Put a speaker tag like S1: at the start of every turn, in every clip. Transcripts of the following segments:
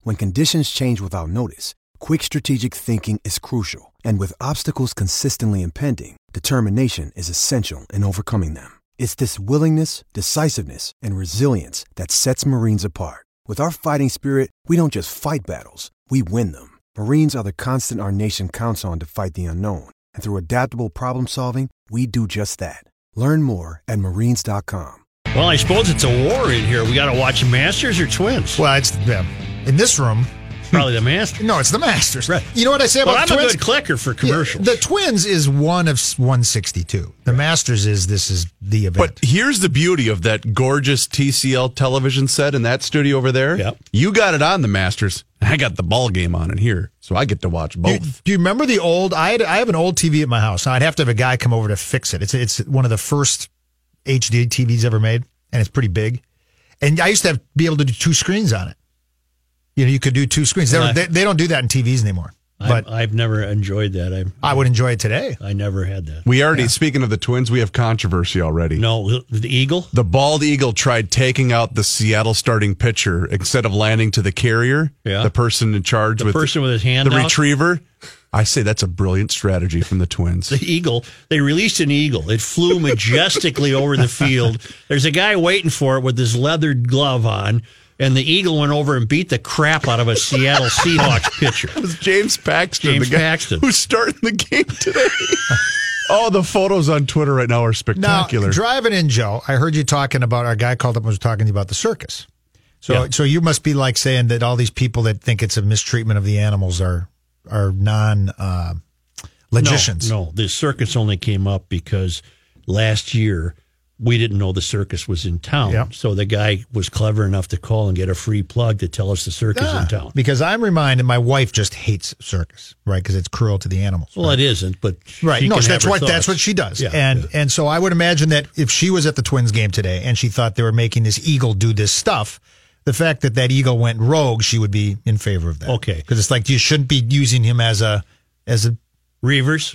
S1: When conditions change without notice, quick strategic thinking is crucial. And with obstacles consistently impending, determination is essential in overcoming them. It's this willingness, decisiveness, and resilience that sets Marines apart. With our fighting spirit, we don't just fight battles, we win them. Marines are the constant our nation counts on to fight the unknown. And through adaptable problem solving, we do just that. Learn more at marines.com.
S2: Well, I suppose it's a war in here. We got to watch Masters or Twins.
S3: Well, it's yeah, in this room.
S2: Probably the Masters.
S3: No, it's the Masters.
S2: Right.
S3: You know what I say
S2: Well,
S3: about
S2: I'm
S3: twins?
S2: a good clicker for commercials.
S3: The Twins is one of s- 162. The Masters is this is the event.
S4: But here's the beauty of that gorgeous TCL television set in that studio over there.
S2: Yep.
S4: You got it on the Masters. I got the ball game on in here, so I get to watch
S3: do you,
S4: both.
S3: do you remember the old? I had, I have an old TV at my house. Now I'd have to have a guy come over to fix it. It's it's one of the first HD TVs ever made, and it's pretty big. And I used to have, be able to do two screens on it. You know, you could do two screens. They,
S2: Yeah.
S3: don't they, they don't do that in TVs anymore. But
S2: I, I've never enjoyed that. I
S3: I would enjoy it today.
S2: I never had that.
S4: we already, speaking of the Twins, we have controversy already.
S2: No, the Eagle.
S4: The bald eagle tried taking out the Seattle starting pitcher instead of landing to the carrier,
S2: Yeah.
S4: the person in charge
S2: The
S4: with
S2: person with his hand
S4: the
S2: out?
S4: retriever. I say that's a brilliant strategy from the Twins.
S2: The eagle. They released an eagle. It flew majestically over the field. There's a guy waiting for it with his leathered glove on, and the eagle went over and beat the crap out of a Seattle Seahawks pitcher.
S4: It was James Paxton,
S2: James
S4: the guy
S2: Paxton.
S4: who's starting the game today. oh, the photos on Twitter right now are
S3: Now,
S4: spectacular.
S3: driving in, Joe, I heard you talking about our guy called up and was talking to you about the circus. So,
S2: Yeah.
S3: so you must be like saying that all these people that think it's a mistreatment of the animals are are non uh, logicians.
S2: No, no, the circus only came up because last year we didn't know the circus was in town.
S3: Yeah.
S2: So the guy was clever enough to call and get a free plug to tell us the circus
S3: Ah,
S2: in town.
S3: Because I'm reminded, my wife just hates circus, right? Because it's cruel to the animals.
S2: Well, it isn't, but
S3: Right.
S2: she
S3: no,
S2: can have
S3: so that's
S2: her
S3: what that's
S2: thoughts.
S3: what she does.
S2: Yeah,
S3: and
S2: yeah.
S3: and so I would imagine that if she was at the Twins game today and she thought they were making this eagle do this stuff, the fact that that eagle went rogue, she would be in favor of that.
S2: Okay.
S3: Because it's like you shouldn't be using him as a as a
S2: Reavers.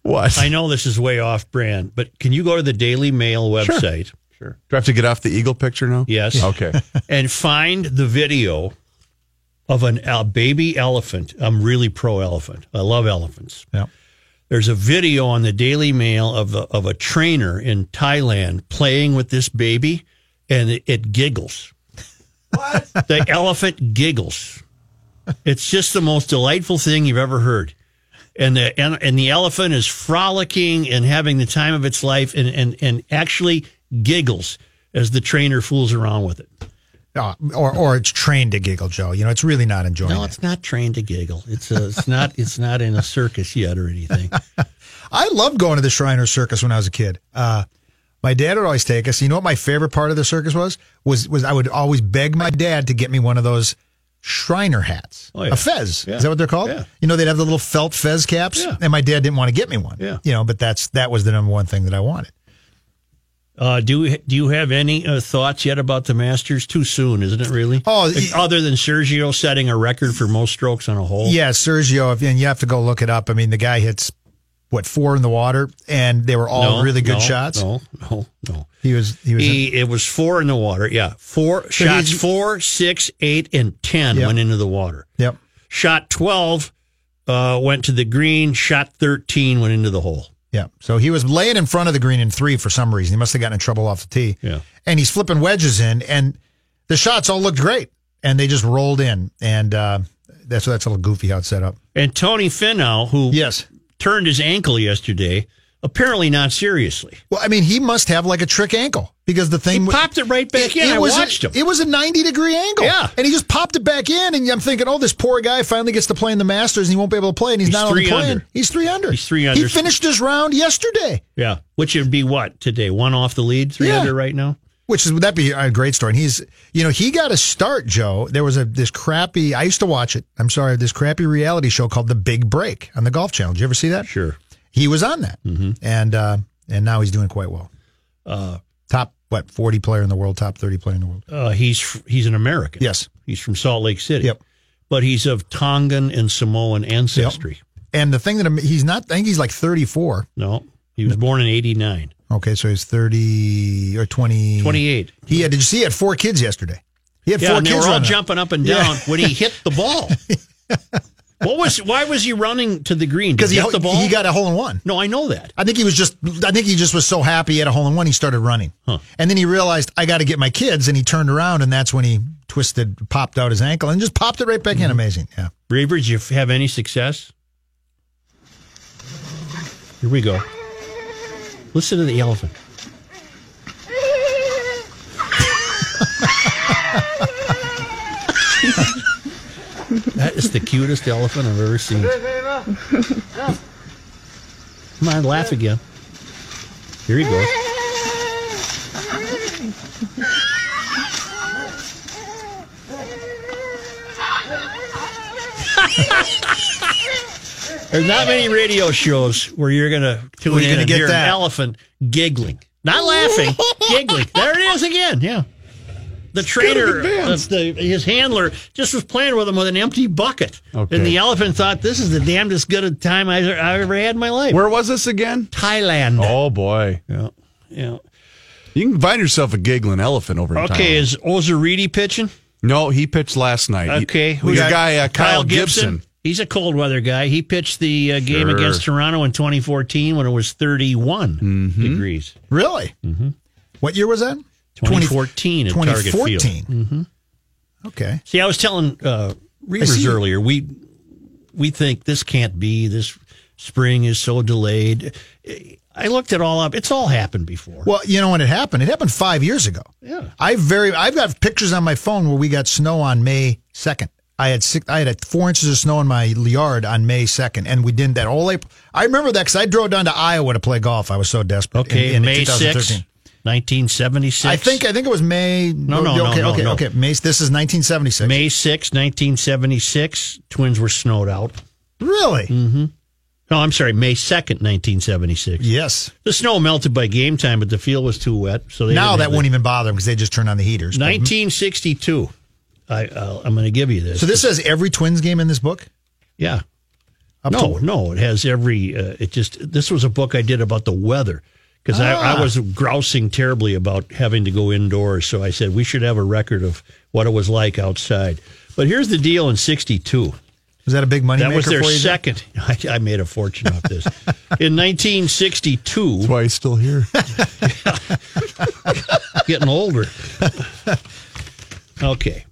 S4: what?
S2: I know this is way off brand, but can you go to the Daily Mail website?
S4: Sure. Do I have to get off the eagle picture now?
S2: Yes.
S4: Okay.
S2: and find the video of an a baby elephant. I'm really pro elephant. I love elephants.
S3: Yeah.
S2: There's a video on the Daily Mail of a, of a trainer in Thailand playing with this baby, and it, it giggles. What? the elephant giggles. It's just the most delightful thing you've ever heard. And the and, and the elephant is frolicking and having the time of its life, and and and actually giggles as the trainer fools around with it.
S3: uh, or or it's trained to giggle, Joe. You know, it's really not enjoying
S2: No,
S3: it.
S2: it's not trained to giggle. It's a, it's not it's not in a circus yet or anything.
S3: I loved going to the Shriner Circus when I was a kid. Uh, my dad would always take us. You know what my favorite part of the circus was? Was was I would always beg my dad to get me one of those Shriner hats,
S2: Oh, yeah.
S3: a fez.
S2: Yeah.
S3: Is that what they're called?
S2: Yeah.
S3: You know, they'd have the little felt fez caps,
S2: Yeah.
S3: and my dad didn't want to get me one.
S2: Yeah.
S3: You know, but that's that was the number one thing that I wanted.
S2: Uh, do you- do you have any uh, thoughts yet about the Masters? Too soon, isn't it? Really?
S3: Oh,
S2: Like,
S3: y-
S2: other than Sergio setting a record for most strokes on a hole.
S3: Yeah, Sergio, if, and you have to go look it up. I mean, the guy hits what four in the water, and they were all
S2: No,
S3: really good
S2: no,
S3: shots.
S2: No, no, no.
S3: He was he was
S2: He it was four in the water. Yeah, four shots.
S3: he's-
S2: Four, six, eight, and ten
S3: Yeah.
S2: went into the water.
S3: yep.
S2: Shot twelve uh, went to the green. Shot thirteen went into the hole.
S3: Yeah. So he was laying in front of the green in three for some reason. He must have gotten in trouble off the tee.
S2: Yeah.
S3: And he's flipping wedges in, and the shots all looked great, and they just rolled in, and uh, that's that's a little goofy how it's set up.
S2: And Tony Finau, who
S3: Yes.
S2: turned his ankle yesterday, apparently not seriously.
S3: Well, I mean, he must have like a trick ankle because the
S2: He
S3: thing w-
S2: popped it right back in. I
S3: was
S2: watched
S3: a,
S2: him.
S3: It was a ninety degree angle.
S2: Yeah.
S3: And he just popped it back in, and I'm thinking, oh, this poor guy finally gets to play in the Masters, and he won't be able to play, and he's,
S2: He's
S3: not only
S2: three
S3: playing.
S2: under.
S3: He's three under.
S2: He's three
S3: He
S2: under.
S3: finished his round yesterday.
S2: Yeah, which would be what today? One off the lead, three
S3: Yeah.
S2: under right now.
S3: Which is would that be a great story? And he's you know he got a start, Joe. There was a this crappy. I used to watch it. I'm sorry, this crappy reality show called The Big Break on the Golf Channel. Did you ever see that?
S2: Sure.
S3: He was on that,
S2: Mm-hmm.
S3: and uh, and now he's doing quite well. top what 40 player in the world, top 30 player in the world.
S2: Uh, he's he's an American.
S3: Yes.
S2: He's from Salt Lake City.
S3: Yep.
S2: But he's of Tongan and Samoan ancestry.
S3: And the thing that I'm, he's not, I think he's like 34.
S2: No, he was born in 89.
S3: Okay, so he's 30 or 20.
S2: 28.
S3: He had, did you see he had four kids yesterday? He had
S2: Yeah,
S3: four
S2: and they
S3: kids
S2: were all
S3: running.
S2: jumping up and down when he hit the ball. what was? Why was he running to the green? Did
S3: Because he,
S2: hit the ball?
S3: he got a hole in one.
S2: No, I know that.
S3: I think he was just, I think he just was so happy he had a hole in one, he started running. And then he realized, I got to get my kids. And he turned around, and that's when he twisted, popped out his ankle, and just popped it right back
S2: Mm-hmm.
S3: in. Amazing. Yeah.
S2: Reaver, did you f- have any success? Here we go. Listen to the elephant. that is the cutest elephant I've ever seen. Come on, laugh again. Here he goes. There's not many radio shows where you're gonna tune
S3: Where you're
S2: in
S3: gonna
S2: and
S3: get
S2: hear
S3: that.
S2: an elephant giggling, not laughing, giggling. There it is again. Yeah, the trainer, uh, the, his handler, just was playing with him with an empty bucket,
S4: Okay.
S2: and the elephant thought, "This is the damnedest good a time I've, I've ever had in my life."
S4: Where was this again?
S2: Thailand.
S4: Oh boy,
S2: Yeah, yeah.
S4: you can find yourself a giggling elephant over. In
S2: Okay,
S4: Thailand.
S2: is Ozaridi pitching?
S4: no, he pitched last night. He-
S2: Okay,
S4: we got a guy uh, Kyle, Gibson.
S2: He's a cold weather guy. He pitched the uh, game
S4: Sure.
S2: against Toronto in 2014 when it was 31
S4: Mm-hmm.
S2: degrees.
S3: Really?
S2: Mm-hmm.
S3: What year was that?
S2: 2014 at Target Field. Mm-hmm.
S3: 2014. Okay.
S2: See, I was telling uh,
S3: I see.
S2: Reavers earlier, we we think this can't be. This spring is so delayed. I looked it all up. It's all happened before.
S3: Well, you know when it happened? It happened five years ago.
S2: Yeah.
S3: I very I've got pictures on my phone where we got snow on May second. I had six I had uh, four inches of snow in my yard on May second, and we did that all April. I remember that because I drove down to Iowa to play golf. I was so desperate.
S2: okay,
S3: in, in
S2: May 6,
S3: 2013.
S2: 1976.
S3: I think I think it was May.
S2: No, no, no,
S3: okay,
S2: no,
S3: okay,
S2: no.
S3: okay. May this is 1976.
S2: May 6, 1976, Twins were snowed out.
S3: Really?
S2: Mm-hmm. No, I'm sorry, May 2nd, 1976.
S3: Yes.
S2: The snow melted by game time, but the field was too wet. So they
S3: Now
S2: didn't
S3: that
S2: have
S3: wouldn't even bother them because they just turn on the heaters. But-
S2: 1962. I, I'll I'm going to give you this.
S3: So this says every Twins game in this book.
S2: yeah.
S3: Up
S2: No,
S3: to,
S2: no, it has every. Uh, it just this was a book I did about the weather because I, I
S3: Ah.
S2: was grousing terribly about having to go indoors. So I said we should have a record of what it was like outside. But here's the deal: in '62,
S3: was that a big money?
S2: that was their
S3: for you?
S2: second. I, I made a fortune off this. In 1962,
S4: That's why he's still here.
S2: getting older. Okay.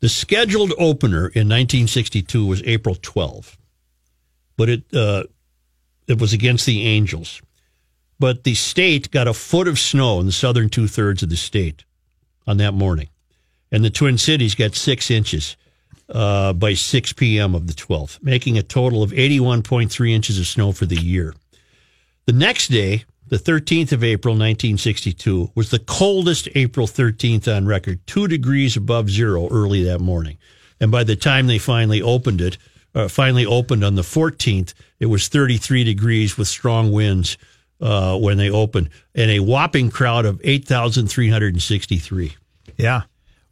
S2: The scheduled opener in 1962 was April 12, but it uh, it was against the Angels. But the state got a foot of snow in the southern two thirds of the state on that morning, and the Twin Cities got six inches uh, by 6 p.m. of the 12th, making a total of 81.3 inches of snow for the year. The next day, the 13th of April, 1962, was the coldest April 13th on record, two degrees above zero early that morning. And by the time they finally opened it, uh, finally opened on the 14th, it was 33 degrees with strong winds uh, when they opened, and a whopping crowd of 8,363.
S3: Yeah.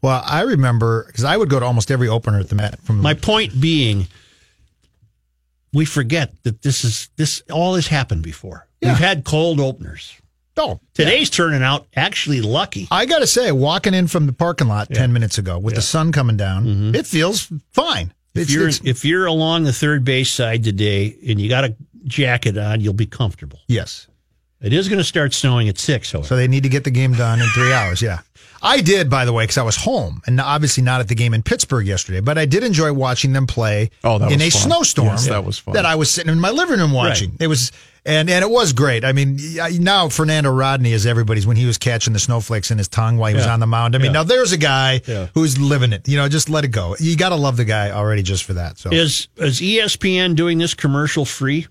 S3: Well, I remember because I would go to almost every opener at the Met. From
S2: My point being, we forget that this is this all has happened before. We've had cold openers.
S3: oh,
S2: Today's turning out actually lucky.
S3: I gotta say, walking in from the parking lot ten minutes ago with the sun coming down, it feels fine.
S2: Mm-hmm. If
S3: It's,
S2: you're
S3: it's-
S2: if you're along the third base side today and you got a jacket on, you'll be comfortable.
S3: yes.
S2: It is going to start snowing at six, however.
S3: So they need to get the game done in three hours. Yeah, I did by the way because I was home and obviously not at the game in Pittsburgh yesterday, but I did enjoy watching them play.
S4: Oh, that
S3: in
S4: was
S3: a
S4: fun.
S3: snowstorm.
S4: Yes, that was fun.
S3: That I was sitting in my living room watching. It was and and it was great. I mean, I- now Fernando Rodney is everybody's when he was catching the snowflakes in his tongue while he was
S2: Yeah.
S3: on the mound. I mean,
S2: Yeah.
S3: now there's a guy
S2: Yeah.
S3: who's living it. You know, just let it go. You got to love the guy already just for that. So
S2: is is E ESPN doing this commercial free?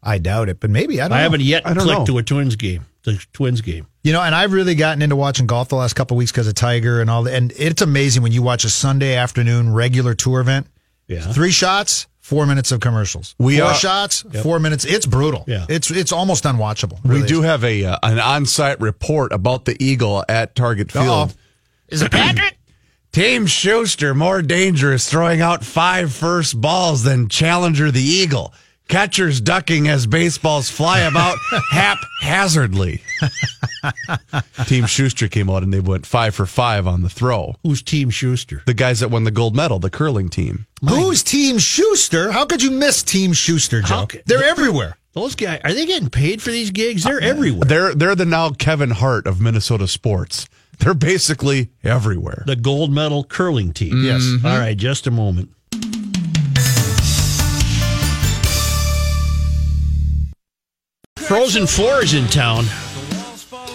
S3: I doubt it, but maybe I don't.
S2: I
S3: know.
S2: haven't yet
S4: I don't
S2: clicked
S4: know.
S2: to a Twins game to the Twins game.
S3: You know, and I've really gotten into watching golf the last couple weeks because of Tiger and all that. And it's amazing when you watch a Sunday afternoon regular tour event.
S2: Yeah.
S3: Three shots, four minutes of commercials.
S4: We
S3: four
S4: are-
S3: shots, four minutes. It's brutal.
S2: Yeah.
S3: It's it's almost unwatchable.
S4: we do have a uh, an on-site report about the eagle at Target Field.
S3: Uh-oh.
S4: Is it Patrick? Team Schuster more dangerous throwing out five first balls than Challenger the Eagle. Catchers ducking as baseballs fly about haphazardly. Team Schuster came out and they went five for five on the throw.
S2: Who's Team Schuster?
S4: The guys that won the gold medal, the curling team.
S3: Who's Team Schuster? How could you miss Team Schuster,
S2: How
S3: Joe?
S2: could-
S3: They're everywhere.
S2: Those guys are they getting paid for these gigs? They're everywhere.
S4: They're they're the now Kevin Hart of Minnesota sports. They're basically everywhere.
S2: the gold medal curling team. Yes. All right, just a moment. Frozen Four is in town.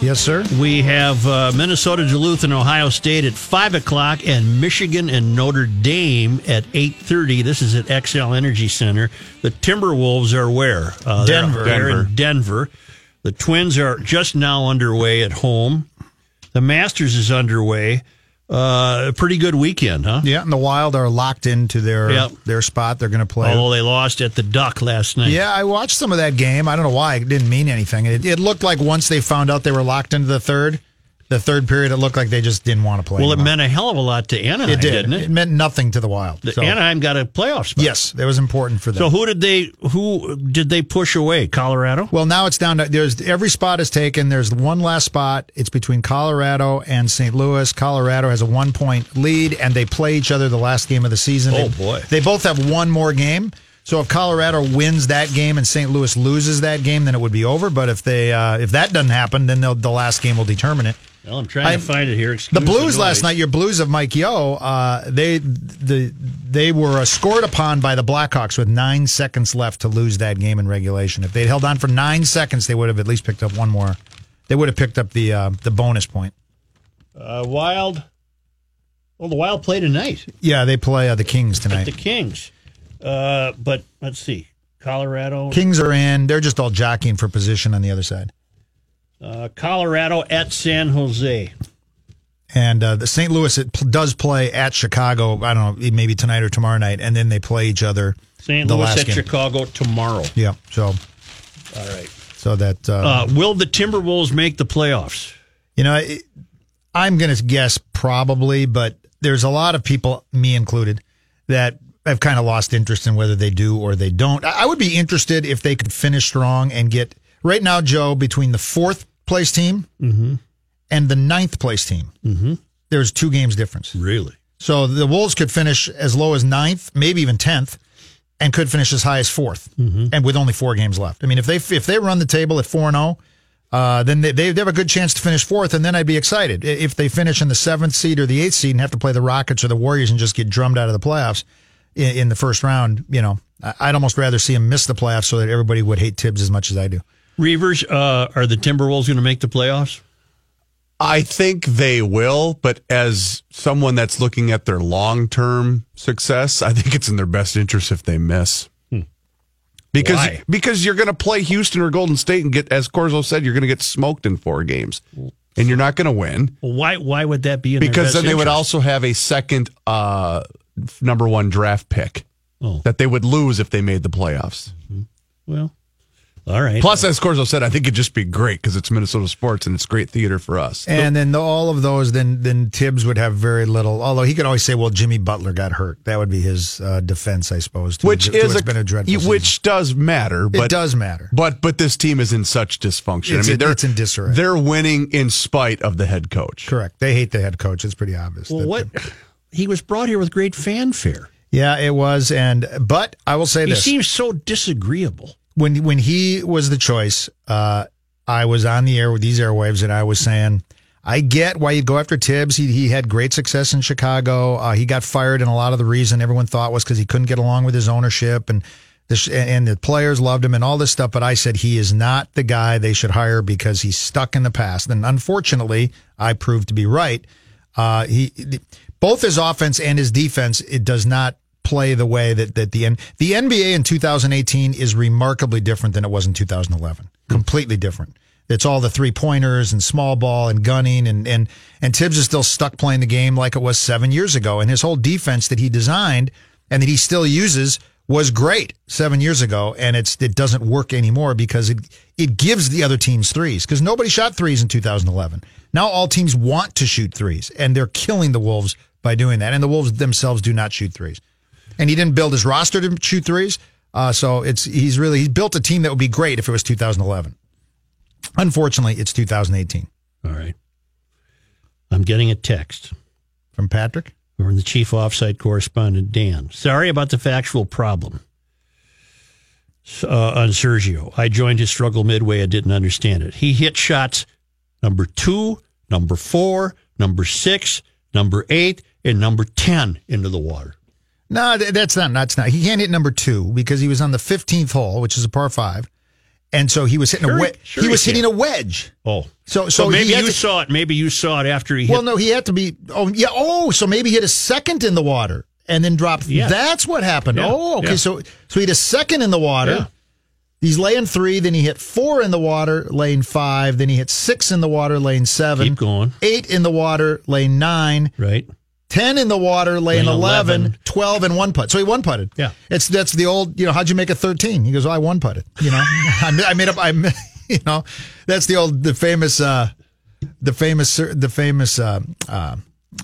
S3: Yes, sir.
S2: We have uh, Minnesota Duluth and Ohio State at five o'clock, and Michigan and Notre Dame at eight thirty. This is at XL Energy Center. The Timberwolves are where uh, they're-
S3: Denver.
S2: They're in Denver. The Twins are just now underway at home. The Masters is underway. Uh, a pretty good weekend, huh?
S3: Yeah, and the Wild are locked into their
S2: Yep.
S3: their spot. They're going to play.
S2: Although they lost at the Duck last night.
S3: Yeah, I watched some of that game. I don't know why it didn't mean anything. It, it looked like once they found out they were locked into the third, the third period, it looked like they just didn't want to play.
S2: Well, it
S3: anymore.
S2: meant a hell of a lot to Anaheim,
S3: it did.
S2: did. not
S3: It?
S2: it?
S3: meant nothing to the Wild.
S2: The
S3: So,
S2: Anaheim got a playoff spot.
S3: yes, that was important for them.
S2: So who did they who did they push away? Colorado?
S3: well, now it's down to there's every spot is taken. There's one last spot. It's between Colorado and St. Louis. Colorado has a one point lead, and they play each other the last game of the season.
S2: Oh,
S3: They-
S2: boy.
S3: They both have one more game. So if Colorado wins that game and St. Louis loses that game, then it would be over. But if they uh, if that doesn't happen, then they'll, the last game will determine it.
S2: Well, I'm trying
S3: I-
S2: to find it here.
S3: The
S2: Excuse
S3: Blues
S2: noise.
S3: last night, your Blues of Mike Yo, uh, they the they were uh, scored upon by the Blackhawks with nine seconds left to lose that game in regulation. If they'd held on for nine seconds, they would have at least picked up one more. They would have picked up the uh, the bonus point.
S2: Uh, Wild. Well, the Wild play tonight
S3: Yeah, they play uh, the Kings
S2: at the
S3: tonight.
S2: Kings. Uh, but let's see. Colorado.
S3: Kings are in. They're just all jockeying for position on the other side.
S2: Uh, Colorado at San Jose.
S3: And uh, the St. Louis it pl- does play at Chicago. I don't know, maybe tonight or tomorrow night, and then they play each other.
S2: St.
S3: The
S2: Louis
S3: last
S2: at
S3: game.
S2: Chicago tomorrow.
S3: Yeah. So
S2: All right.
S3: so that uh,
S2: Uh, will the Timberwolves make the playoffs?
S3: You know, it, I'm going to guess probably, but there's a lot of people, me included, that have kind of lost interest in whether they do or they don't. I I would be interested if they could finish strong and get right now, Joe, between the fourth place team and the ninth place team. Mm-hmm. There's two games difference.
S2: Really?
S3: So the Wolves could finish as low as ninth, maybe even tenth, and could finish as high as 4th and with only four games left. I mean, if they if they run the table at four and zero, uh, then they, they have a good chance to finish fourth, and then I'd be excited. I- If they finish in the seventh seed or the eighth seed and have to play the Rockets or the Warriors and just get drummed out of the playoffs in, in the first round, you know, I- I'd almost rather see them miss the playoffs so that everybody would hate Tibbs as much as I do.
S2: Reavers, uh, are the Timberwolves going to make the playoffs?
S4: I think they will, but as someone that's looking at their long term success, I think it's in their best interest if they miss.
S3: Hmm.
S4: Because
S2: Why?
S4: because you're going to play Houston or Golden State and get, as Corzo said, you're going to get smoked in four games, and you're not going to win
S2: Well, why? Why would that be? In their
S4: because
S2: best
S4: then they would
S2: interest?
S4: also have a second uh, f- number one draft pick
S2: Oh.
S4: that they would lose if they made the playoffs.
S2: Well, all right.
S4: Plus, as Corzo said, I think it'd just be great because it's Minnesota sports and it's great theater for us.
S3: And then the, all of those, then then Tibbs would have very little. Although he could always say, "Well, Jimmy Butler got hurt." That would be his uh, defense, I suppose. To,
S4: which
S3: to
S4: is
S3: it's
S4: a,
S3: been a dreadful.
S4: you-
S3: season.
S4: which does matter,
S3: it
S4: but
S3: does matter.
S4: But but this team is in such dysfunction.
S3: It's
S4: I mean,
S3: in-
S4: they're
S3: it's in disarray.
S4: They're winning in spite of the head coach.
S3: Correct. They hate the head coach. It's pretty obvious.
S2: well,
S3: that-
S2: what? He was brought here with great fanfare.
S3: yeah, it was. And but I will say
S2: He
S3: this:
S2: seems so disagreeable.
S3: when when he was the choice, uh, I was on the air with these airwaves, and I was saying, I get why you'd go after Tibbs. He he had great success in Chicago. Uh, he got fired, and a lot of the reason everyone thought was because he couldn't get along with his ownership and. the sh- And the players loved him and all this stuff, but I said he is not the guy they should hire because he's stuck in the past. And unfortunately, I proved to be right. Uh, he, the- both his offense and his defense, it does not play the way that that the N- the NBA in 2018 is remarkably different than it was in 2011. Completely different. It's all the three pointers and small ball and gunning and and and Tibbs is still stuck playing the game like it was seven years ago. And his whole defense that he designed and that he still uses was great seven years ago, and it's it doesn't work anymore because it it gives the other teams threes because nobody shot threes in 2011. Now all teams want to shoot threes, and they're killing the Wolves by doing that. And the Wolves themselves do not shoot threes, and he didn't build his roster to shoot threes. Uh, so it's he's really he's built a team that would be great if it was 2011. Unfortunately, it's 2018
S2: All right. I'm getting a text
S3: from Patrick.
S2: from the chief offsite correspondent, Dan. Sorry about the factual problem S- uh, on Sergio. I joined his struggle midway. I didn't understand it. He hit shots number two, number four, number six, number eight, and number 10 into the water.
S3: No, th- that's not that's not. He can't hit number two because he was on the 15th hole, which is a par five, and so he was hitting
S2: Sure
S3: a
S2: he-
S3: wedge.
S2: sure
S3: he
S2: he
S3: was hitting a
S2: can.
S3: wedge.
S2: Oh.
S3: So- so
S2: maybe
S3: he had
S2: you
S3: to-
S2: saw it. Maybe you saw it after he
S3: Well,
S2: hit.
S3: no, he had to be. Oh, yeah. Oh, so maybe he hit a second in the water and then dropped.
S2: Yeah.
S3: That's what happened.
S2: Yeah,
S3: Oh, okay.
S2: yeah.
S3: So so he hit a second in the water.
S2: Yeah.
S3: He's laying three, then he hit four in the water, lane five. Then he hit six in the water, lane seven.
S2: Keep going.
S3: Eight in the water, lane nine.
S2: Right?
S3: 10 in the water, lane,
S2: Lane
S3: 11,
S2: 11.
S3: 12 and one putt. So he one putted.
S2: Yeah.
S3: It's that's the old, you know, how'd you make a 13? He goes, well, I one putted. You know, I, ma- I made up, I, ma- you know, that's the old, the famous, uh, the famous, the famous, uh, uh,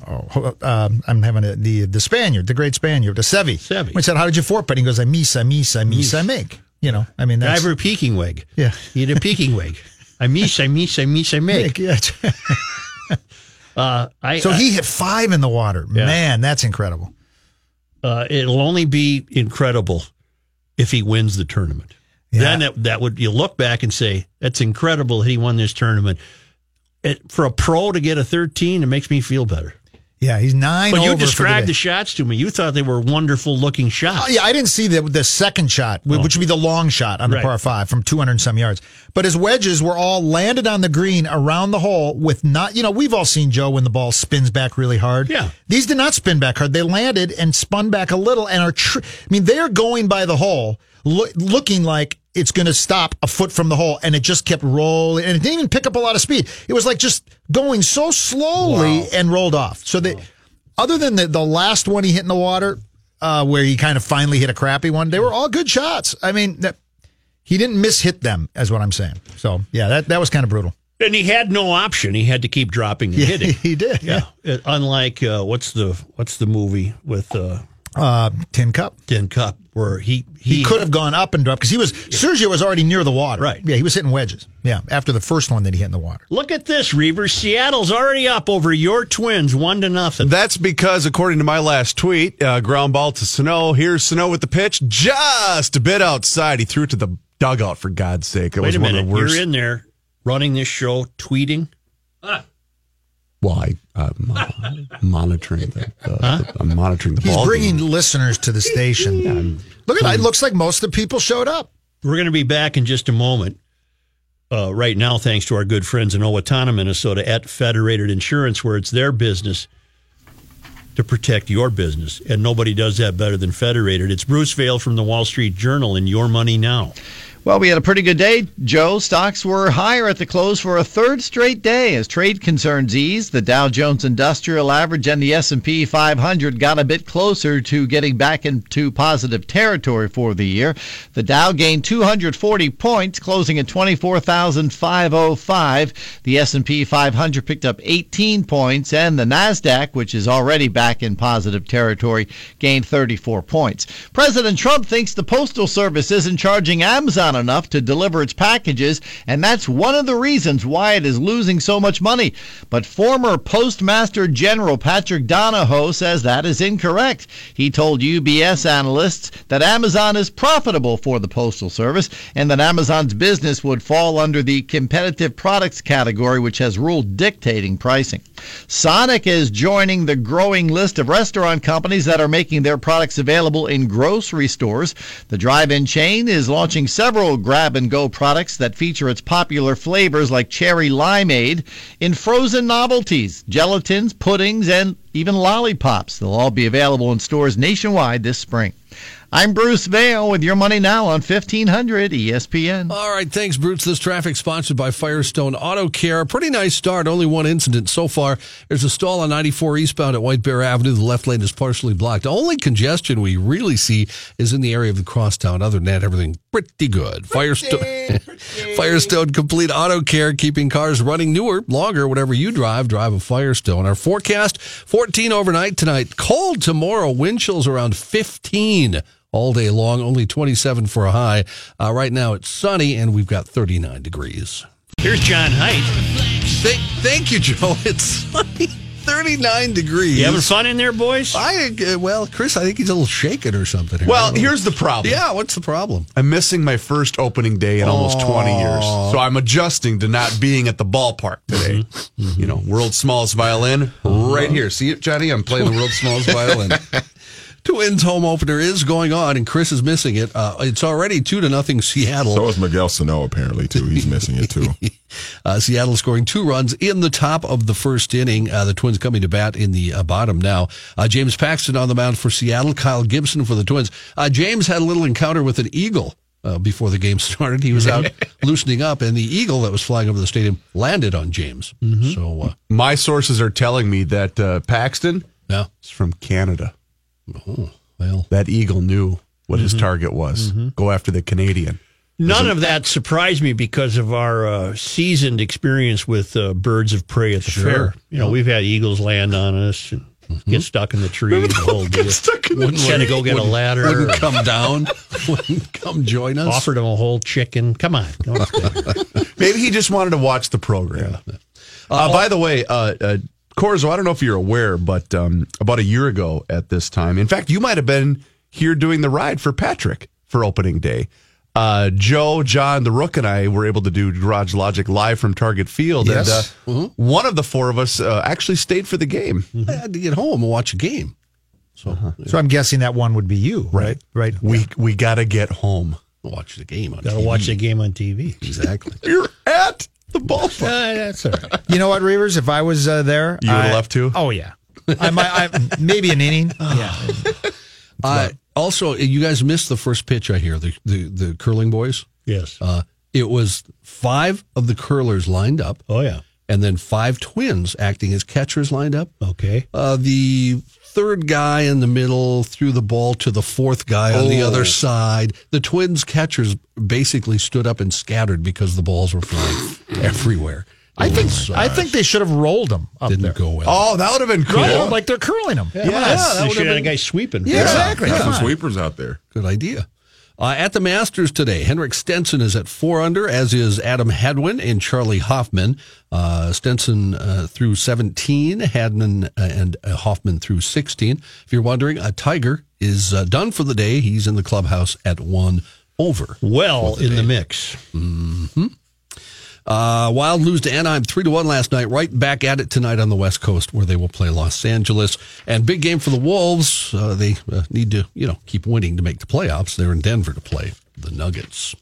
S3: Oh, ho- uh, I'm having a, the the Spaniard, the great Spaniard, the Sevi.
S2: Seve.
S3: We said, "How did you four putt?" He goes, "I miss, I miss, I miss, I make." You know, I mean, that's
S2: Diver peeking wig.
S3: Yeah.
S2: He had a peeking wig. I miss, I miss, I miss, I make.
S3: Yeah.
S2: Uh, I,
S3: so he hit five in the water. Man, that's incredible.
S2: uh, it'll only be incredible if he wins the tournament. Then that, that would you look back and say that's incredible he won this tournament. It, for a pro to get a 13, it makes me feel better.
S3: Yeah, he's nine.
S2: But
S3: over
S2: you
S3: for the
S2: described
S3: day.
S2: the, shots to me. You thought they were wonderful looking shots.
S3: Oh, yeah, I didn't see the the second shot, wh- which would be the long shot on the
S2: Right.
S3: par five from 200 and some yards. But his wedges were all landed on the green around the hole with not, you know, we've all seen Joe when the ball spins back really hard.
S2: Yeah.
S3: These did not spin back hard. They landed and spun back a little and are, tr- I mean, they are going by the hole loo- looking like it's going to stop a foot from the hole and it just kept rolling and it didn't even pick up a lot of speed. It was like just going so slowly and rolled off. So they, other than the, the last one he hit in the water, uh, where he kind of finally hit a crappy one, they were all good shots. I mean, that, he didn't mishit them, is what I'm saying. So yeah, that, that was kind of brutal.
S2: And he had no option. He had to keep dropping and hitting.
S3: he did.
S2: Yeah. It- unlike uh, what's the what's the movie with uh,
S3: Uh, tin cup.
S2: Den Cup where he
S3: He, could have gone up and dropped because he was Sergio was already near the water.
S2: Right.
S3: Yeah, he was hitting wedges. Yeah, after the first one that he hit in the water.
S2: Look at this, Reavers. Seattle's already up over your twins, one to nothing.
S4: That's because, according to my last tweet, uh, ground ball to Snow. Here's Snow with the pitch, just a bit outside. He threw it to the dugout for God's sake. It
S2: Wait
S4: was
S2: a
S4: one of
S2: minute.
S4: the worst.
S2: You're in there running this show, tweeting.
S4: well, I, uh, mo- monitoring the, the, the- I'm monitoring the
S3: He's
S4: ball.
S3: bringing
S4: game.
S3: listeners to the station. Look at
S4: Hmm.
S3: that. It looks like most of the people showed up.
S2: We're going to be back in just a moment. Uh, right now, thanks to our good friends in Owatonna, Minnesota at Federated Insurance, where it's their business to protect your business. And nobody does that better than Federated. It's Bruce Vail from the Wall Street Journal and Your Money Now.
S5: Well, we had a pretty good day, Joe. Stocks were higher at the close for a third straight day as trade concerns eased. The Dow Jones Industrial Average and the S&P 500 got a bit closer to getting back into positive territory for the year. The Dow gained 240 points, closing at 24,505. The S&P 500 picked up 18 points, and the Nasdaq, which is already back in positive territory, gained 34 points. President Trump thinks the Postal Service isn't charging Amazon enough to deliver its packages, and that's one of the reasons why it is losing so much money. But former Postmaster General Patrick Donahoe says that is incorrect. He told UBS analysts that Amazon is profitable for the Postal Service and that Amazon's business would fall under the competitive products category, which has ruled dictating pricing. Sonic is joining the growing list of restaurant companies that are making their products available in grocery stores. The drive in chain is launching several grab and go products that feature its popular flavors like cherry limeade in frozen novelties, gelatins, puddings, and even lollipops. They'll all be available in stores nationwide this spring. I'm Bruce Vail with your money now on E 1500 ESPN.
S6: All right, thanks, Brutes. This traffic sponsored by Firestone Auto Care. Pretty nice start. Only one incident so far. There's a stall on 94 eastbound at White Bear Avenue. The left lane is partially blocked. Only congestion we really see is in the area of the crosstown. Other than that, everything pretty good. Firestone, Firestone Complete Auto Care, keeping cars running newer, longer. Whatever you drive, drive a Firestone. Our forecast: 14 overnight tonight. Cold tomorrow. Wind chills around 15 all day long, only 27 for a high. Uh, right now it's sunny and we've got 39 degrees.
S2: Here's John Height.
S6: Thank, thank you, Joe. It's like 39 degrees.
S2: You having fun in there, boys?
S6: I, uh, well, Chris, I think he's a little shaken or something. here. I
S4: Well,
S6: don't know.
S4: here's the problem.
S6: Yeah, what's the problem?
S4: I'm missing my first opening day in almost 20 years. So I'm adjusting to not being at the ballpark today. You know, world's smallest violin right here. See it, Johnny? I'm playing the world's smallest violin.
S6: Twins home opener is going on and Chris is missing it. Uh, it's already 2 to nothing Seattle.
S7: So is Miguel Sano apparently too. He's missing it too.
S6: Uh, Seattle scoring two runs in the top of the first inning. Uh, the Twins coming to bat in the uh, bottom now. Uh, James Paxton on the mound for Seattle. Kyle Gibson for the Twins. Uh, James had a little encounter with an eagle. Uh, before the game started, he was out loosening up, and the eagle that was flying over the stadium landed on James.
S4: Mm-hmm.
S6: So, uh,
S4: My sources are telling me that uh, Paxton
S6: yeah, Oh,
S4: is from Canada.
S6: well,
S4: That eagle knew what his target was. Go after the Canadian.
S2: None of that surprised me because of our uh, seasoned experience with uh, birds of prey at the fair. You know, we've had eagles land on us and get stuck in the tree. the whole deal.
S4: stuck in the
S2: Wouldn't let it go get a ladder.
S6: wouldn't come down, wouldn't come join us.
S2: Offered him a whole chicken. Come on. don't say it.
S4: Maybe he just wanted to watch the program. Uh, by the way, uh, uh, Corzo, I don't know if you're aware, but um, about a year ago at this time, in fact, you might have been here doing the ride for Patrick for opening day. Uh, Joe, John, the Rook, and I were able to do Garage Logic live from Target Field,
S6: Yes.
S4: and uh, one of the four of us uh, actually stayed for the game.
S6: I had to get home and watch a game. So,
S3: So I'm guessing that one would be you, right? Right.
S4: We we gotta get home.
S6: watch the game on
S2: Gotta
S6: TV.
S2: watch the game on TV.
S6: Exactly.
S4: You're at the ballpark.
S2: Uh, that's all right.
S3: You know what, Reavers? If I was uh, there,
S4: You would've
S3: I-
S4: left too?
S3: Oh yeah. I might. I, maybe an inning. Yeah.
S6: Uh, also, you guys missed the first pitch. I hear the the, the curling boys.
S2: Yes.
S6: Uh, it was five of the curlers lined up,
S2: Oh, yeah.
S6: and then five twins acting as catchers lined up.
S2: Okay.
S6: Uh, the third guy in the middle threw the ball to the fourth guy on the
S3: Oh.
S6: other side. The twins catchers basically stood up and scattered because the balls were flying everywhere.
S3: I
S6: It
S3: think.
S6: was, uh,
S3: I think they should have rolled them up
S6: didn't
S3: there.
S6: go well.
S4: Oh, that would have been cool.
S3: Right? Like they're curling them.
S2: Yes.
S6: that
S2: they should
S6: would've
S2: have had a
S6: been-
S2: guy sweeping.
S3: Yeah, exactly.
S7: Got
S3: Come
S7: some
S3: on.
S7: sweepers out there.
S6: Good idea. Uh, at the Masters today, Henrik Stenson is at four under, as is Adam Hadwin and Charlie Hoffman. Uh, Stenson uh, through 17, Hadwin uh, and uh, Hoffman through 16. If you're wondering, a Tiger is uh, done for the day. He's in the clubhouse at one over.
S2: Well in the mix.
S6: Uh, Wild lose to Anaheim three to one last night. Right back at it tonight on the West Coast, where they will play Los Angeles. And big game for the Wolves. Uh, they uh, need to, you know, keep winning to make the playoffs. They're in Denver to play the Nuggets.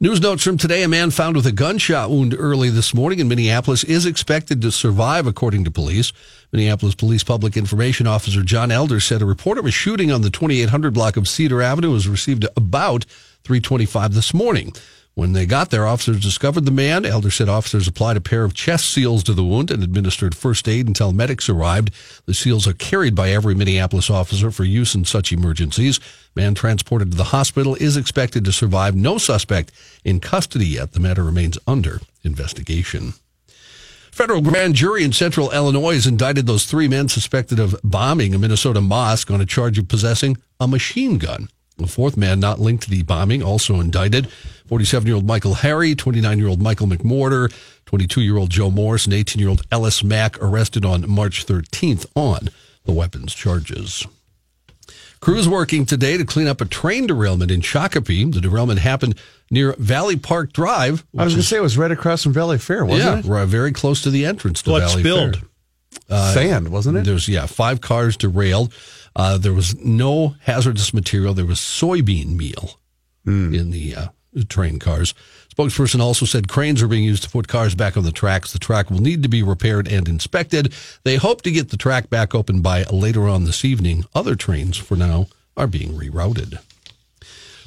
S6: News notes from today: A man found with a gunshot wound early this morning in Minneapolis is expected to survive, according to police. Minneapolis Police Public Information Officer John Elder said a report of a shooting on the 2800 block of Cedar Avenue was received about 3:25 this morning. When they got there, officers discovered the man. Elder said officers applied a pair of chest seals to the wound and administered first aid until medics arrived. The seals are carried by every Minneapolis officer for use in such emergencies. Man transported to the hospital is expected to survive. No suspect in custody yet. The matter remains under investigation. Federal grand jury in central Illinois has indicted those three men suspected of bombing a Minnesota mosque on a charge of possessing a machine gun. The fourth man not linked to the bombing also indicted 47 year old Michael Harry, 29 year old Michael McMorder, 22 year old Joe Morris, and 18 year old Ellis Mack arrested on March 13th on the weapons charges. Crews working today to clean up a train derailment in Shakopee. The derailment happened near Valley Park Drive.
S4: I was going to say it was right across from Valley Fair, wasn't
S6: yeah, we're very close to the entrance to
S2: What
S6: Valley
S2: spilled?
S6: Fair.
S4: it? Sand, wasn't it?
S6: There's yeah, five cars derailed. Uh, there was no hazardous material. There was soybean meal in the uh, train cars. Spokesperson also said cranes are being used to put cars back on the tracks. The track will need to be repaired and inspected. They hope to get the track back open by later on this evening. Other trains for now are being rerouted.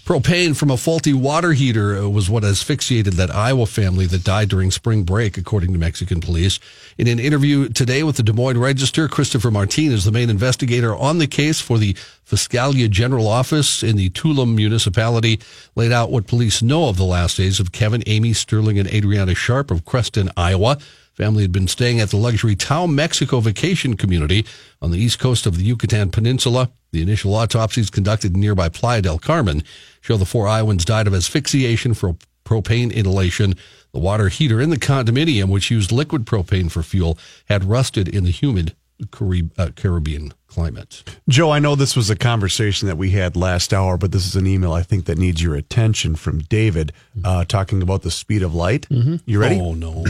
S6: Propane from a faulty water heater uh, was what asphyxiated that Iowa family that died during spring break, according to Mexican police. In an interview today with the Des Moines Register, Christopher Martinez, the main investigator on the case for the Fiscalia General Office in the Tulum municipality, laid out what police know of the last days of Kevin, Amy Sterling, and Adriana Sharp of Creston, Iowa. Family had been staying at the luxury Tao Mexico vacation community on the east coast of the Yucatan Peninsula. The initial autopsies conducted in nearby Playa del Carmen show the four Iowans died of asphyxiation from propane inhalation. The water heater in the condominium, which used liquid propane for fuel, had rusted in the humid Carib- uh, Caribbean climate.
S4: Joe, I know this was a conversation that we had last hour, but this is an email I think that needs your attention from David uh, talking about the speed of light. You ready?
S6: Oh, no.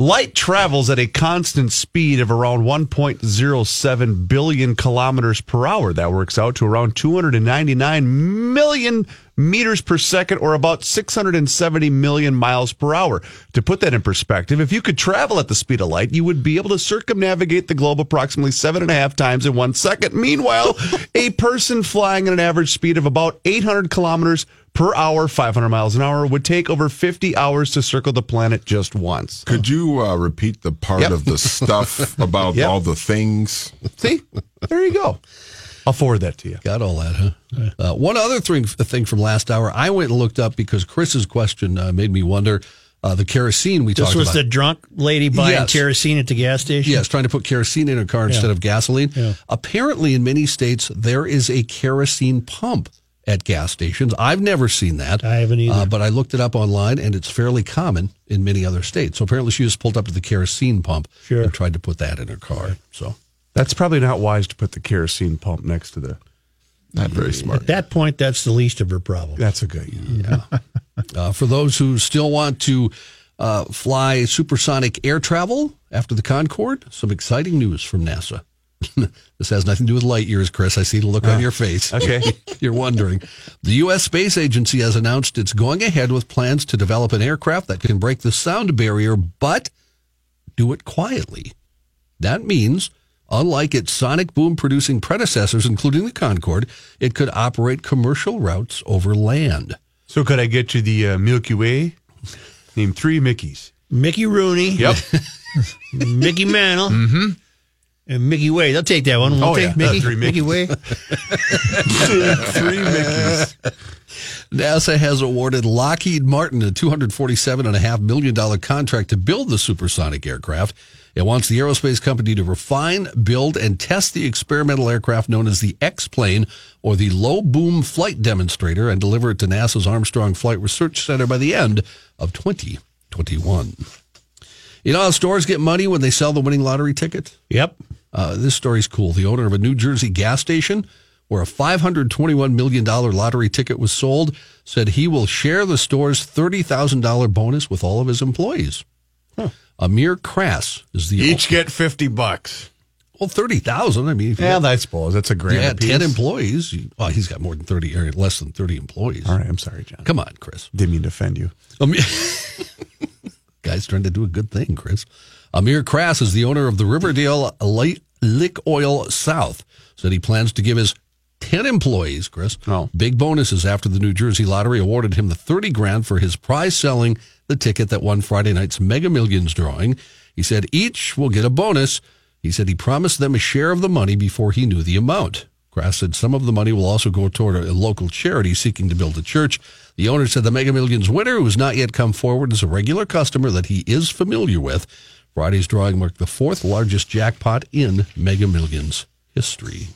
S4: Light travels at a constant speed of around 1.07 billion kilometers per hour. That works out to around 299 million meters per second, or about 670 million miles per hour. To put that in perspective, if you could travel at the speed of light, you would be able to circumnavigate the globe approximately seven and a half times in one second. Meanwhile, a person flying at an average speed of about 800 kilometers per hour, 500 miles an hour, would take over 50 hours to circle the planet just once.
S7: Could you uh, repeat the part
S4: Yep.
S7: of the stuff about
S4: Yep.
S7: all the things?
S4: See, there you go. I'll forward that to you.
S6: Got all that, huh? Uh, one other thing, thing from last hour, I went and looked up because Chris's question uh, made me wonder. Uh, the kerosene we
S2: This
S6: talked
S2: was
S6: about.
S2: the drunk lady buying
S6: Yes.
S2: kerosene at the gas station.
S6: Yes, trying to put kerosene in her car instead of gasoline. Apparently, in many states, there is a kerosene pump at gas stations. I've never seen that.
S2: I haven't either.
S6: Uh, but I looked it up online, and it's fairly common in many other states. So apparently, she just pulled up to the kerosene pump
S2: Sure.
S6: and tried to put that in her car. So
S4: That's probably not wise to put the kerosene pump next to the.
S7: Not very smart.
S2: At that point, that's the least of her problem.
S4: That's a good.
S6: Uh, for those who still want to uh, fly supersonic air travel after the Concorde, some exciting news from NASA. this has nothing to do with light years, Chris. I see the look on your face.
S4: Okay.
S6: You're wondering. The U.S. Space Agency has announced it's going ahead with plans to develop an aircraft that can break the sound barrier, but do it quietly. That means, unlike its sonic boom producing predecessors, including the Concorde, it could operate commercial routes over land.
S4: So could I get you the uh, Milky Way? Name three Mickeys.
S2: Mickey Rooney,
S4: Yep.
S2: Mickey Mantle, mm-hmm. and Mickey Way. They'll take that one. We'll
S4: Oh,
S2: take
S4: yeah.
S2: Mickey,
S4: Uh, three
S2: Mickey
S4: Mickeys.
S2: Way.
S4: three Mickeys.
S6: NASA has awarded Lockheed Martin a $247.5 million contract to build the supersonic aircraft. It wants the aerospace company to refine, build, and test the experimental aircraft known as the X plane or the low boom flight demonstrator and deliver it to NASA's Armstrong Flight Research Center by the end of 2021. You know how stores get money when they sell the winning lottery ticket?
S2: Yep.
S6: Uh, this story's cool. The owner of a New Jersey gas station where a $521 million lottery ticket was sold said he will share the store's $30,000 bonus with all of his employees. Amir Crass is the
S4: Each get fifty bucks.
S6: well, 30,000. I mean, if you
S3: Yeah, I suppose that's a
S6: if you
S3: grand
S6: had
S3: apiece.
S6: 10 employees, you- well, he's got more than 30 or less than 30 employees.
S4: All right. I'm sorry, John.
S6: Come on, Chris.
S4: Didn't mean to offend you.
S6: Amir- Guy's trying to do a good thing, Chris. Amir Crass is the owner of the Riverdale Li- Lick Oil South. Said he plans to give his 10 employees, Chris,
S4: Oh.
S6: big bonuses after the New Jersey lottery awarded him the 30 grand for his prize selling the ticket that won Friday night's Mega Millions drawing. He said each will get a bonus. He said he promised them a share of the money before he knew the amount. Grass said some of the money will also go toward a local charity seeking to build a church. The owner said the Mega Millions winner, who has not yet come forward, is a regular customer that he is familiar with. Friday's drawing marked the fourth largest jackpot in Mega Millions history.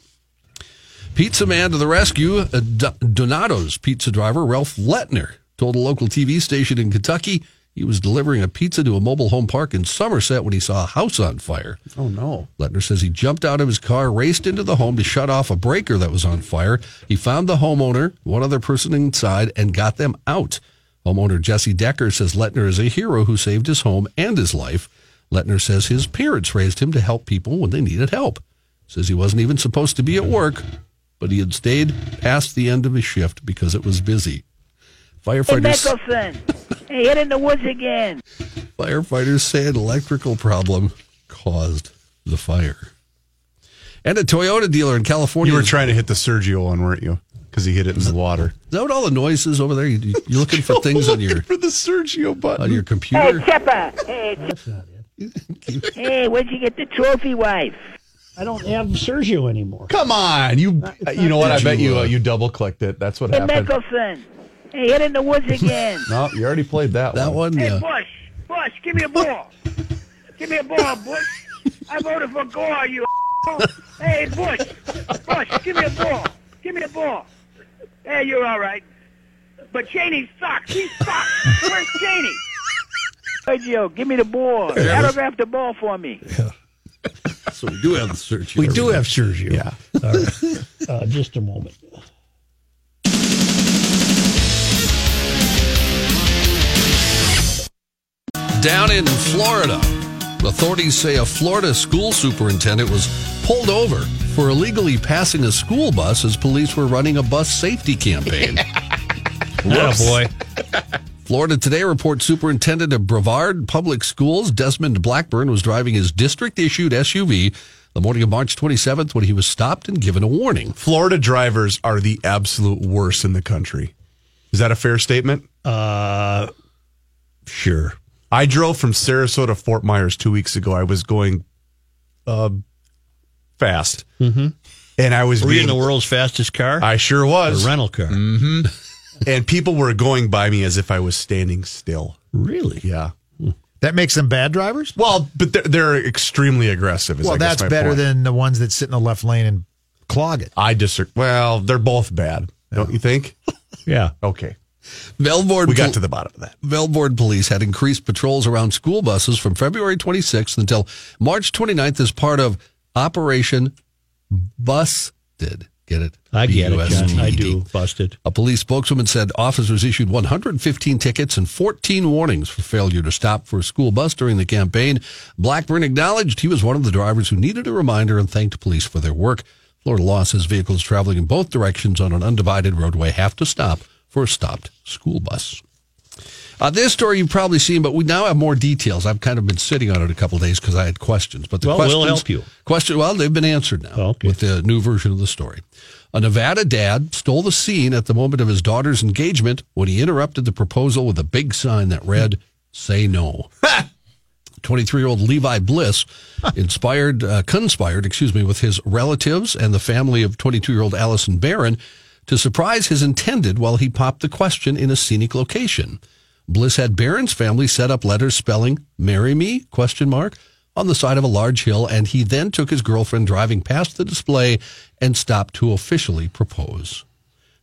S6: Pizza man to the rescue. Uh, D- Donato's pizza driver, Ralph Letner, told a local TV station in Kentucky he was delivering a pizza to a mobile home park in Somerset when he saw a house on fire.
S4: Oh no.
S6: Letner says he jumped out of his car, raced into the home to shut off a breaker that was on fire. He found the homeowner, one other person inside, and got them out. Homeowner Jesse Decker says Letner is a hero who saved his home and his life. Letner says his parents raised him to help people when they needed help. Says he wasn't even supposed to be at work, but he had stayed past the end of his shift because it was busy.
S8: Hey,
S6: Firefighters.
S8: Mickelson. hey, hit in the woods again.
S6: Firefighters say an electrical problem caused the fire. And a Toyota dealer in California.
S9: You were trying to hit the Sergio one, weren't you? Because he hit it in the water.
S6: Is that what all the noise is over there? You, you- you're looking for things on your
S9: for the Sergio button
S6: on your
S8: Hey,
S6: computer.
S8: Chipper. Hey, Chipper. hey, where'd you get the trophy wife?
S2: I don't have Sergio anymore.
S9: Come on, you. You know what? I
S6: Did
S9: bet
S6: you,
S9: you uh,
S6: uh,
S9: you double clicked it. That's what
S8: Hey,
S9: happened.
S8: Mickelson. Hey, hit in the woods again.
S9: No, you already played that,
S6: That
S9: one.
S6: one,
S8: Hey,
S6: yeah.
S8: Bush. Bush, give me a ball. give me a ball, Bush. I voted for Gore, you. hey, Bush. Bush, give me a ball. Give me a ball. Hey, you're all right. But Cheney sucks. He sucks. Where's Cheney? Sergio, give me the ball. Autograph the ball for me.
S6: So we do have the Sergio.
S2: We do have Sergio.
S9: Yeah.
S2: All right. uh, just a moment.
S6: Down in Florida, authorities say a Florida school superintendent was pulled over for illegally passing a school bus as police were running a bus safety campaign.
S2: Oh boy.
S6: Florida Today reports Superintendent of Brevard Public Schools Desmond Blackburn was driving his district issued SUV the morning of March 27th when he was stopped and given a warning.
S9: Florida drivers are the absolute worst in the country. Is that a fair statement?
S2: Uh, sure.
S9: I drove from Sarasota to Fort Myers two weeks ago. I was going uh, fast, mm-hmm. and I was
S2: Were you in
S9: being-
S2: the world's fastest car?
S9: I sure was,
S2: a rental car.
S9: and people were going by me as if I was standing still.
S2: Really?
S9: Yeah.
S3: That makes them bad drivers?
S9: Well, but they're, they're extremely aggressive. Is
S3: Well,
S9: I guess
S3: that's
S9: my
S3: better
S9: point.
S3: than the ones that sit in the left lane and clog it.
S9: I disagree. Well, they're both bad, don't you think?
S3: Yeah.
S9: Okay,
S6: Melbourne
S9: we got to the bottom of that.
S6: Melbourne police had increased patrols around school buses from February 26th until March 29th as part of Operation Busted. Get it?
S2: I get it. John. I
S6: B-U-S-T-E-D.
S2: do. Busted.
S6: A police spokeswoman said officers issued 115 tickets and 14 warnings for failure to stop for a school bus during the campaign. Blackburn acknowledged he was one of the drivers who needed a reminder and thanked police for their work. Florida law says vehicles traveling in both directions on an undivided roadway have to stop for a stopped school bus. Uh, this story you've probably seen, but we now have more details. I've kind of been sitting on it a couple of days because I had questions. But the
S2: Well, we'll
S6: questions,
S2: help you.
S6: Question. Well, they've been answered now
S2: Oh, okay.
S6: with the new version of the story. A Nevada dad stole the scene at the moment of his daughter's engagement when he interrupted the proposal with a big sign that read "Say No." 23-year-old Levi Bliss inspired, uh, conspired, excuse me, with his relatives and the family of 22-year-old Allison Barron to surprise his intended while he popped the question in a scenic location. Bliss had Barron's family set up letters spelling "Marry Me?" question mark on the side of a large hill, and he then took his girlfriend driving past the display and stopped to officially propose.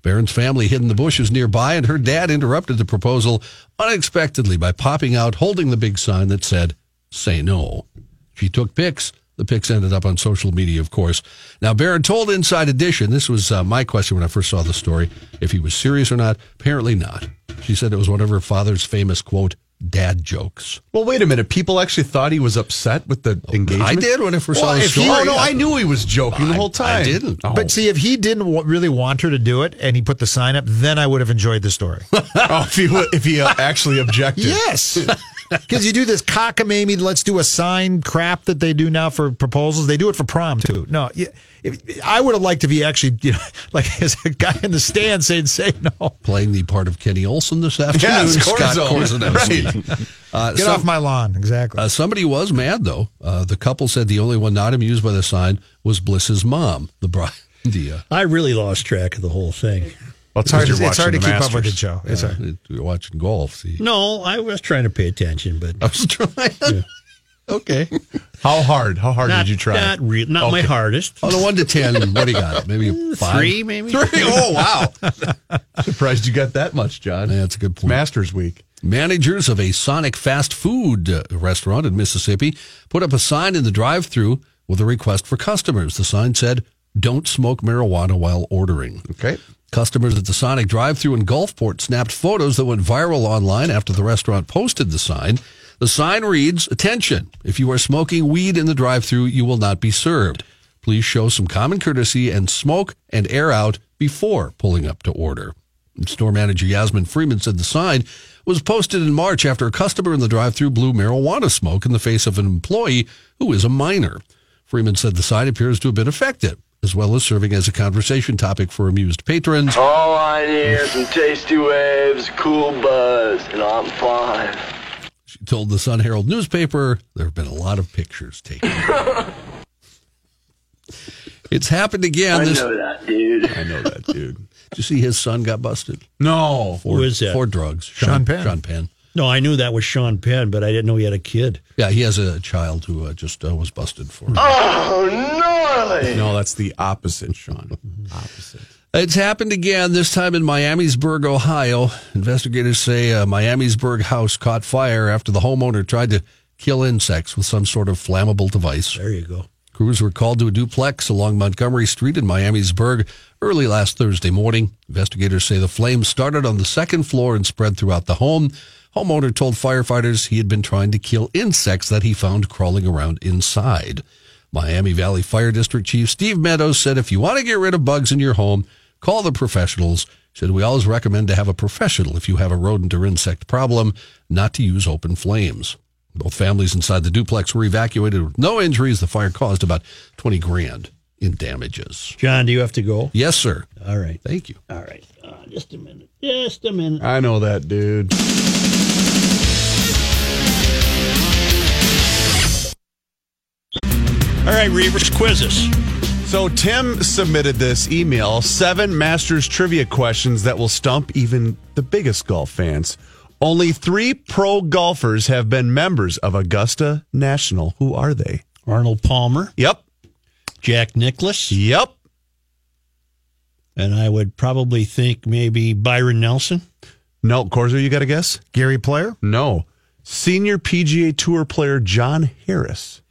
S6: Barron's family hid in the bushes nearby, and her dad interrupted the proposal unexpectedly by popping out holding the big sign that said, Say No. She took pics. The pics ended up on social media, of course. Now, Barron told Inside Edition, this was uh, my question when I first saw the story, if he was serious or not. Apparently not. She said it was one of her father's famous, quote, dad jokes.
S9: Well, wait a minute. People actually thought he was upset with the engagement.
S6: I did when I first saw
S9: Well,
S6: the
S9: if he-
S6: story.
S9: oh no, I knew he was joking the
S6: I-
S9: whole time.
S6: I didn't.
S9: Oh.
S3: But see, if he didn't w- really want her to do it and he put the sign up, then I would have enjoyed the story.
S9: Oh, if he wa- if he uh, actually objected,
S3: yes. Because you do this cockamamie, let's do a sign crap that they do now for proposals. They do it for prom too. No, yeah, if, I would have liked if he actually, you know, like as a guy in the stand saying, say no.
S6: Playing the part of Kenny Olson this afternoon. Scott
S9: Corzo.
S6: Korzanowski. Uh,
S3: Get
S6: some-
S3: off my lawn. Exactly.
S6: Uh, somebody was mad though. Uh, the couple said the only one not amused by the sign was Bliss's mom, the bride. The, uh,
S2: I really lost track of the whole thing.
S9: Well, it's hard,
S3: it's,
S9: to-
S3: it's hard to
S9: watching the
S3: keep up with it,
S9: Masters.
S3: Joe. It's hard.
S6: uh, you're watching golf. See,
S2: No, I was trying to pay attention, but
S6: I was trying. okay,
S9: How hard? How hard
S2: not,
S9: did you try?
S2: Not, re- not my
S9: Okay.
S2: hardest.
S6: on a one to ten, what do you got? Maybe a five?
S2: Three, maybe.
S6: Three. Oh wow,
S9: Surprised you got that much, John.
S6: Yeah, that's a good point.
S9: Masters week.
S6: Managers of a Sonic fast food uh, restaurant in Mississippi put up a sign in the drive through with a request for customers. The sign said, Don't smoke marijuana while ordering.
S9: Okay.
S6: Customers at the Sonic drive through in Gulfport snapped photos that went viral online after the restaurant posted the sign. The sign reads, Attention, if you are smoking weed in the drive through, you will not be served. Please show some common courtesy and smoke and air out before pulling up to order. Store manager Yasmin Freeman said the sign was posted in March after a customer in the drive through blew marijuana smoke in the face of an employee who is a minor. Freeman said the sign appears to have been effective, as well as serving as a conversation topic for amused patrons.
S10: All I need is some tasty waves, cool buzz, and I'm fine.
S6: She told the Sun Herald newspaper there have been a lot of pictures taken. it's happened again.
S10: I
S6: this,
S10: know that, dude.
S4: I know that, dude.
S6: Did you see his son got busted
S4: No.
S6: for,
S2: Who is that?
S6: for drugs?
S3: Sean Penn.
S6: Sean Penn.
S2: No, I knew that was Sean Penn, but I didn't know he had a kid.
S6: Yeah, he has a child who uh, just uh, was busted for.
S10: Oh, gnarly!
S4: No, that's the opposite, Sean. opposite.
S6: It's happened again, this time in Miamisburg, Ohio. Investigators say a Miamisburg house caught fire after the homeowner tried to kill insects with some sort of flammable device.
S2: There you go.
S6: Crews were called to a duplex along Montgomery Street in Miamisburg early last Thursday morning. Investigators say the flames started on the second floor and spread throughout the home. Homeowner told firefighters he had been trying to kill insects that he found crawling around inside. Miami Valley Fire District Chief Steve Meadows said if you want to get rid of bugs in your home, call the professionals. Said we always recommend to have a professional if you have a rodent or insect problem, not to use open flames. Both families inside the duplex were evacuated with no injuries. The fire caused about 20 grand in damages.
S2: John, do you have to go?
S6: Yes, sir.
S2: All right.
S6: Thank you.
S2: All right. Uh, just a minute. Just a minute.
S4: I know that, dude.
S2: All right, Reavers, quiz us.
S4: So Tim submitted this email: seven Masters trivia questions that will stump even the biggest golf fans. Only three pro golfers have been members of Augusta National. Who are they?
S2: Arnold Palmer,
S4: Yep,
S2: Jack Nicklaus,
S4: yep.
S2: and I would probably think maybe Byron Nelson.
S4: No, Corzo, you got a guess?
S3: Gary Player.
S4: No. Senior PGA Tour player John Harris.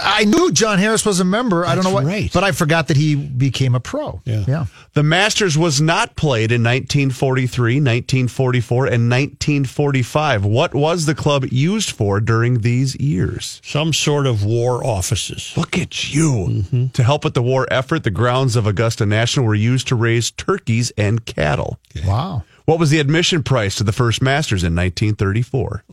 S3: I knew John Harris was a member. I don't know
S2: That's
S3: what,
S2: right.
S3: but I forgot that he became a pro.
S2: Yeah.
S3: yeah.
S4: The Masters was not played in 1943, 1944, and 1945. What was the club used for during these years?
S2: Some sort of war offices.
S4: Look at you. To help with the war effort, the grounds of Augusta National were used to raise turkeys and cattle.
S3: Wow,
S4: What was the admission price to the first Masters in 1934?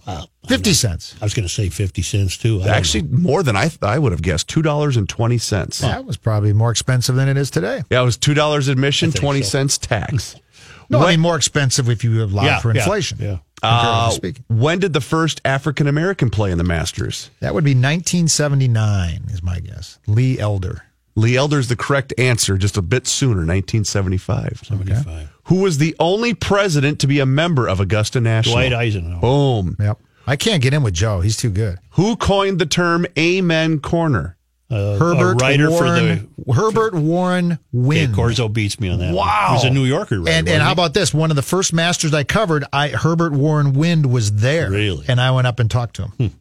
S3: fifty cents.
S2: I was going to say 50 cents, too. I don't
S4: Actually, more than I, I would have guessed $2.20.
S3: That was probably more expensive than it is today.
S4: Yeah, it was $2 admission,
S2: I think
S4: 20
S2: so.
S4: cents tax.
S3: No,
S4: What-
S3: I mean more expensive if you allow
S2: Yeah,
S3: for
S2: yeah,
S3: inflation.
S2: yeah.
S4: Uh,
S3: comparatively speaking.
S4: when did the first African American play in the Masters?
S3: That would be 1979, is my guess. Lee Elder.
S4: Lee Elder's the correct answer, just a bit sooner, 1975.
S2: know. 75.
S4: Who was the only president to be a member of Augusta National?
S2: Dwight
S3: oh,
S2: Eisenhower.
S4: Boom.
S3: Yep. I can't get in with Joe. He's too good.
S4: Who coined the term Amen Corner?
S2: Uh,
S3: Herbert
S2: a writer
S3: Warren.
S2: for
S3: Herbert Warren
S2: the. Okay,
S3: Wynn.
S2: Corzo beats me on that.
S4: Wow.
S2: He's a New Yorker, right?
S3: and and how about this? One of the first masters I covered, I Herbert Warren Wind was there.
S2: Really? Hmm.
S3: And I went up and talked to him.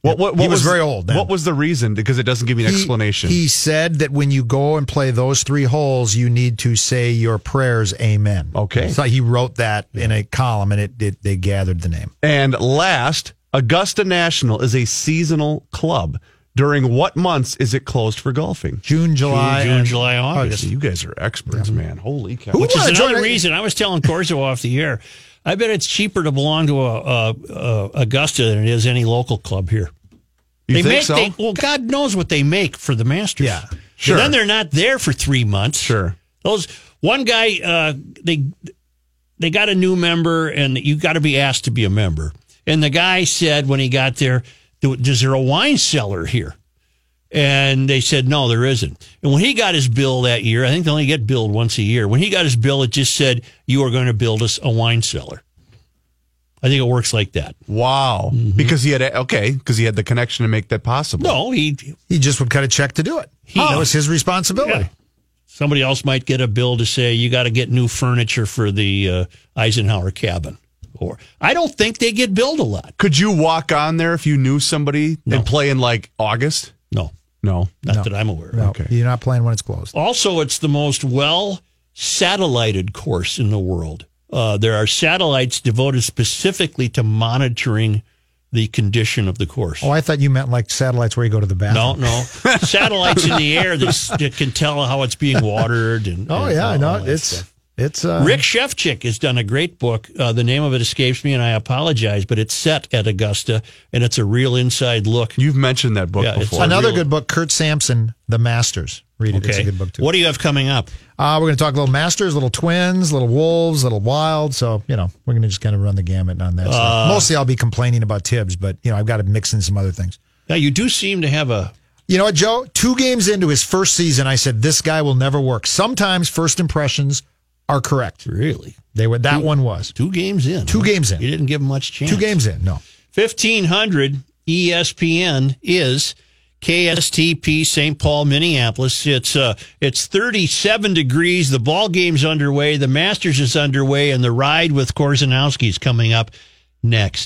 S4: What, what, what
S3: He was very old then.
S4: What was the reason? Because it doesn't give me an
S3: He-
S4: explanation.
S3: He said that when you go and play those three holes, you need to say your prayers, Amen.
S4: Okay.
S3: So he wrote that in a column and it, it they gathered the name.
S4: and last, Augusta National is a seasonal club. During what months is it closed for golfing?
S3: June, July,
S2: June,
S3: and-
S2: July, August.
S4: You guys are
S3: Mm-hmm.
S4: experts, man. Holy cow.
S2: Which is
S3: wanna join
S2: another
S3: it?
S2: reason I was telling Corzo off the air. I bet it's cheaper to belong to a, a, a Augusta than it is any local club here.
S4: You
S2: they
S4: think
S2: make
S4: so?
S2: they, well, God knows what they make for the Masters.
S3: Yeah,
S2: And
S4: sure.
S2: then they're not there for three months.
S4: Sure.
S2: Those one guy uh, they they got a new member, and you got to be asked to be a member. And the guy said when he got there, "Do- "Is there a wine cellar here?" And they said, "No, there isn't." And when he got his bill that year, I think they only get billed once a year. When he got his bill, it just said, "You are going to build us a wine cellar." I think it works like that.
S4: Wow. Because he had, a, okay, because he had the connection to make that possible.
S2: Mm-hmm. No, he
S3: he just would cut a check to do it.
S2: He
S3: that
S2: knows.
S3: was his responsibility.
S2: Yeah. Somebody else might get a bill to say you got to get new furniture for the uh, Eisenhower cabin. Or I don't think they get billed a lot.
S4: Could you walk on there if you knew somebody
S2: No.
S4: and play in like August?
S2: No,
S4: No.
S2: not that I'm aware of.
S3: No,
S4: Okay.
S3: You're not playing when it's closed.
S2: Also, it's the most well satellited course in the world. Uh, there are satellites devoted specifically to monitoring the condition of the course.
S3: Oh, I thought you meant like satellites where you go to the
S2: no,
S3: bathroom.
S2: no. Satellites in the air that, s- that can tell how it's being watered. And,
S3: Oh
S2: and
S3: yeah,
S2: all
S3: no,
S2: that
S3: it's
S2: stuff.
S3: It's uh,
S2: Rick Shevchik has done a great book. Uh, the name of it escapes me, and I apologize, but it's set at Augusta, and it's a real inside look.
S9: You've mentioned that book
S2: Yeah, it's
S9: before.
S2: a
S3: another
S2: real-
S3: good book. Kurt Sampson, The Masters. Read it. It's a good book too.
S2: What do you have coming up?
S3: Uh, we're going to talk little masters, little twins, little wolves, little wild. So you know we're going to just kind of run the gamut on that. So
S2: Uh.
S3: Mostly I'll be complaining about Tibbs, but you know I've got to mix in some other things.
S2: Now you do seem to have a
S3: You know what, Joe? Two games into his first season, I said this guy will never work. Sometimes first impressions are correct.
S2: really
S3: They were that one was
S2: two games in.
S3: Two
S2: huh?
S3: games in.
S2: You didn't give him much chance.
S3: two games in. No,
S2: Fifteen hundred E ESPN is KSTP St. Paul Minneapolis. It's uh it's thirty seven degrees. The ball game's underway. The Masters is underway, and the ride with Korzanowski is coming up next.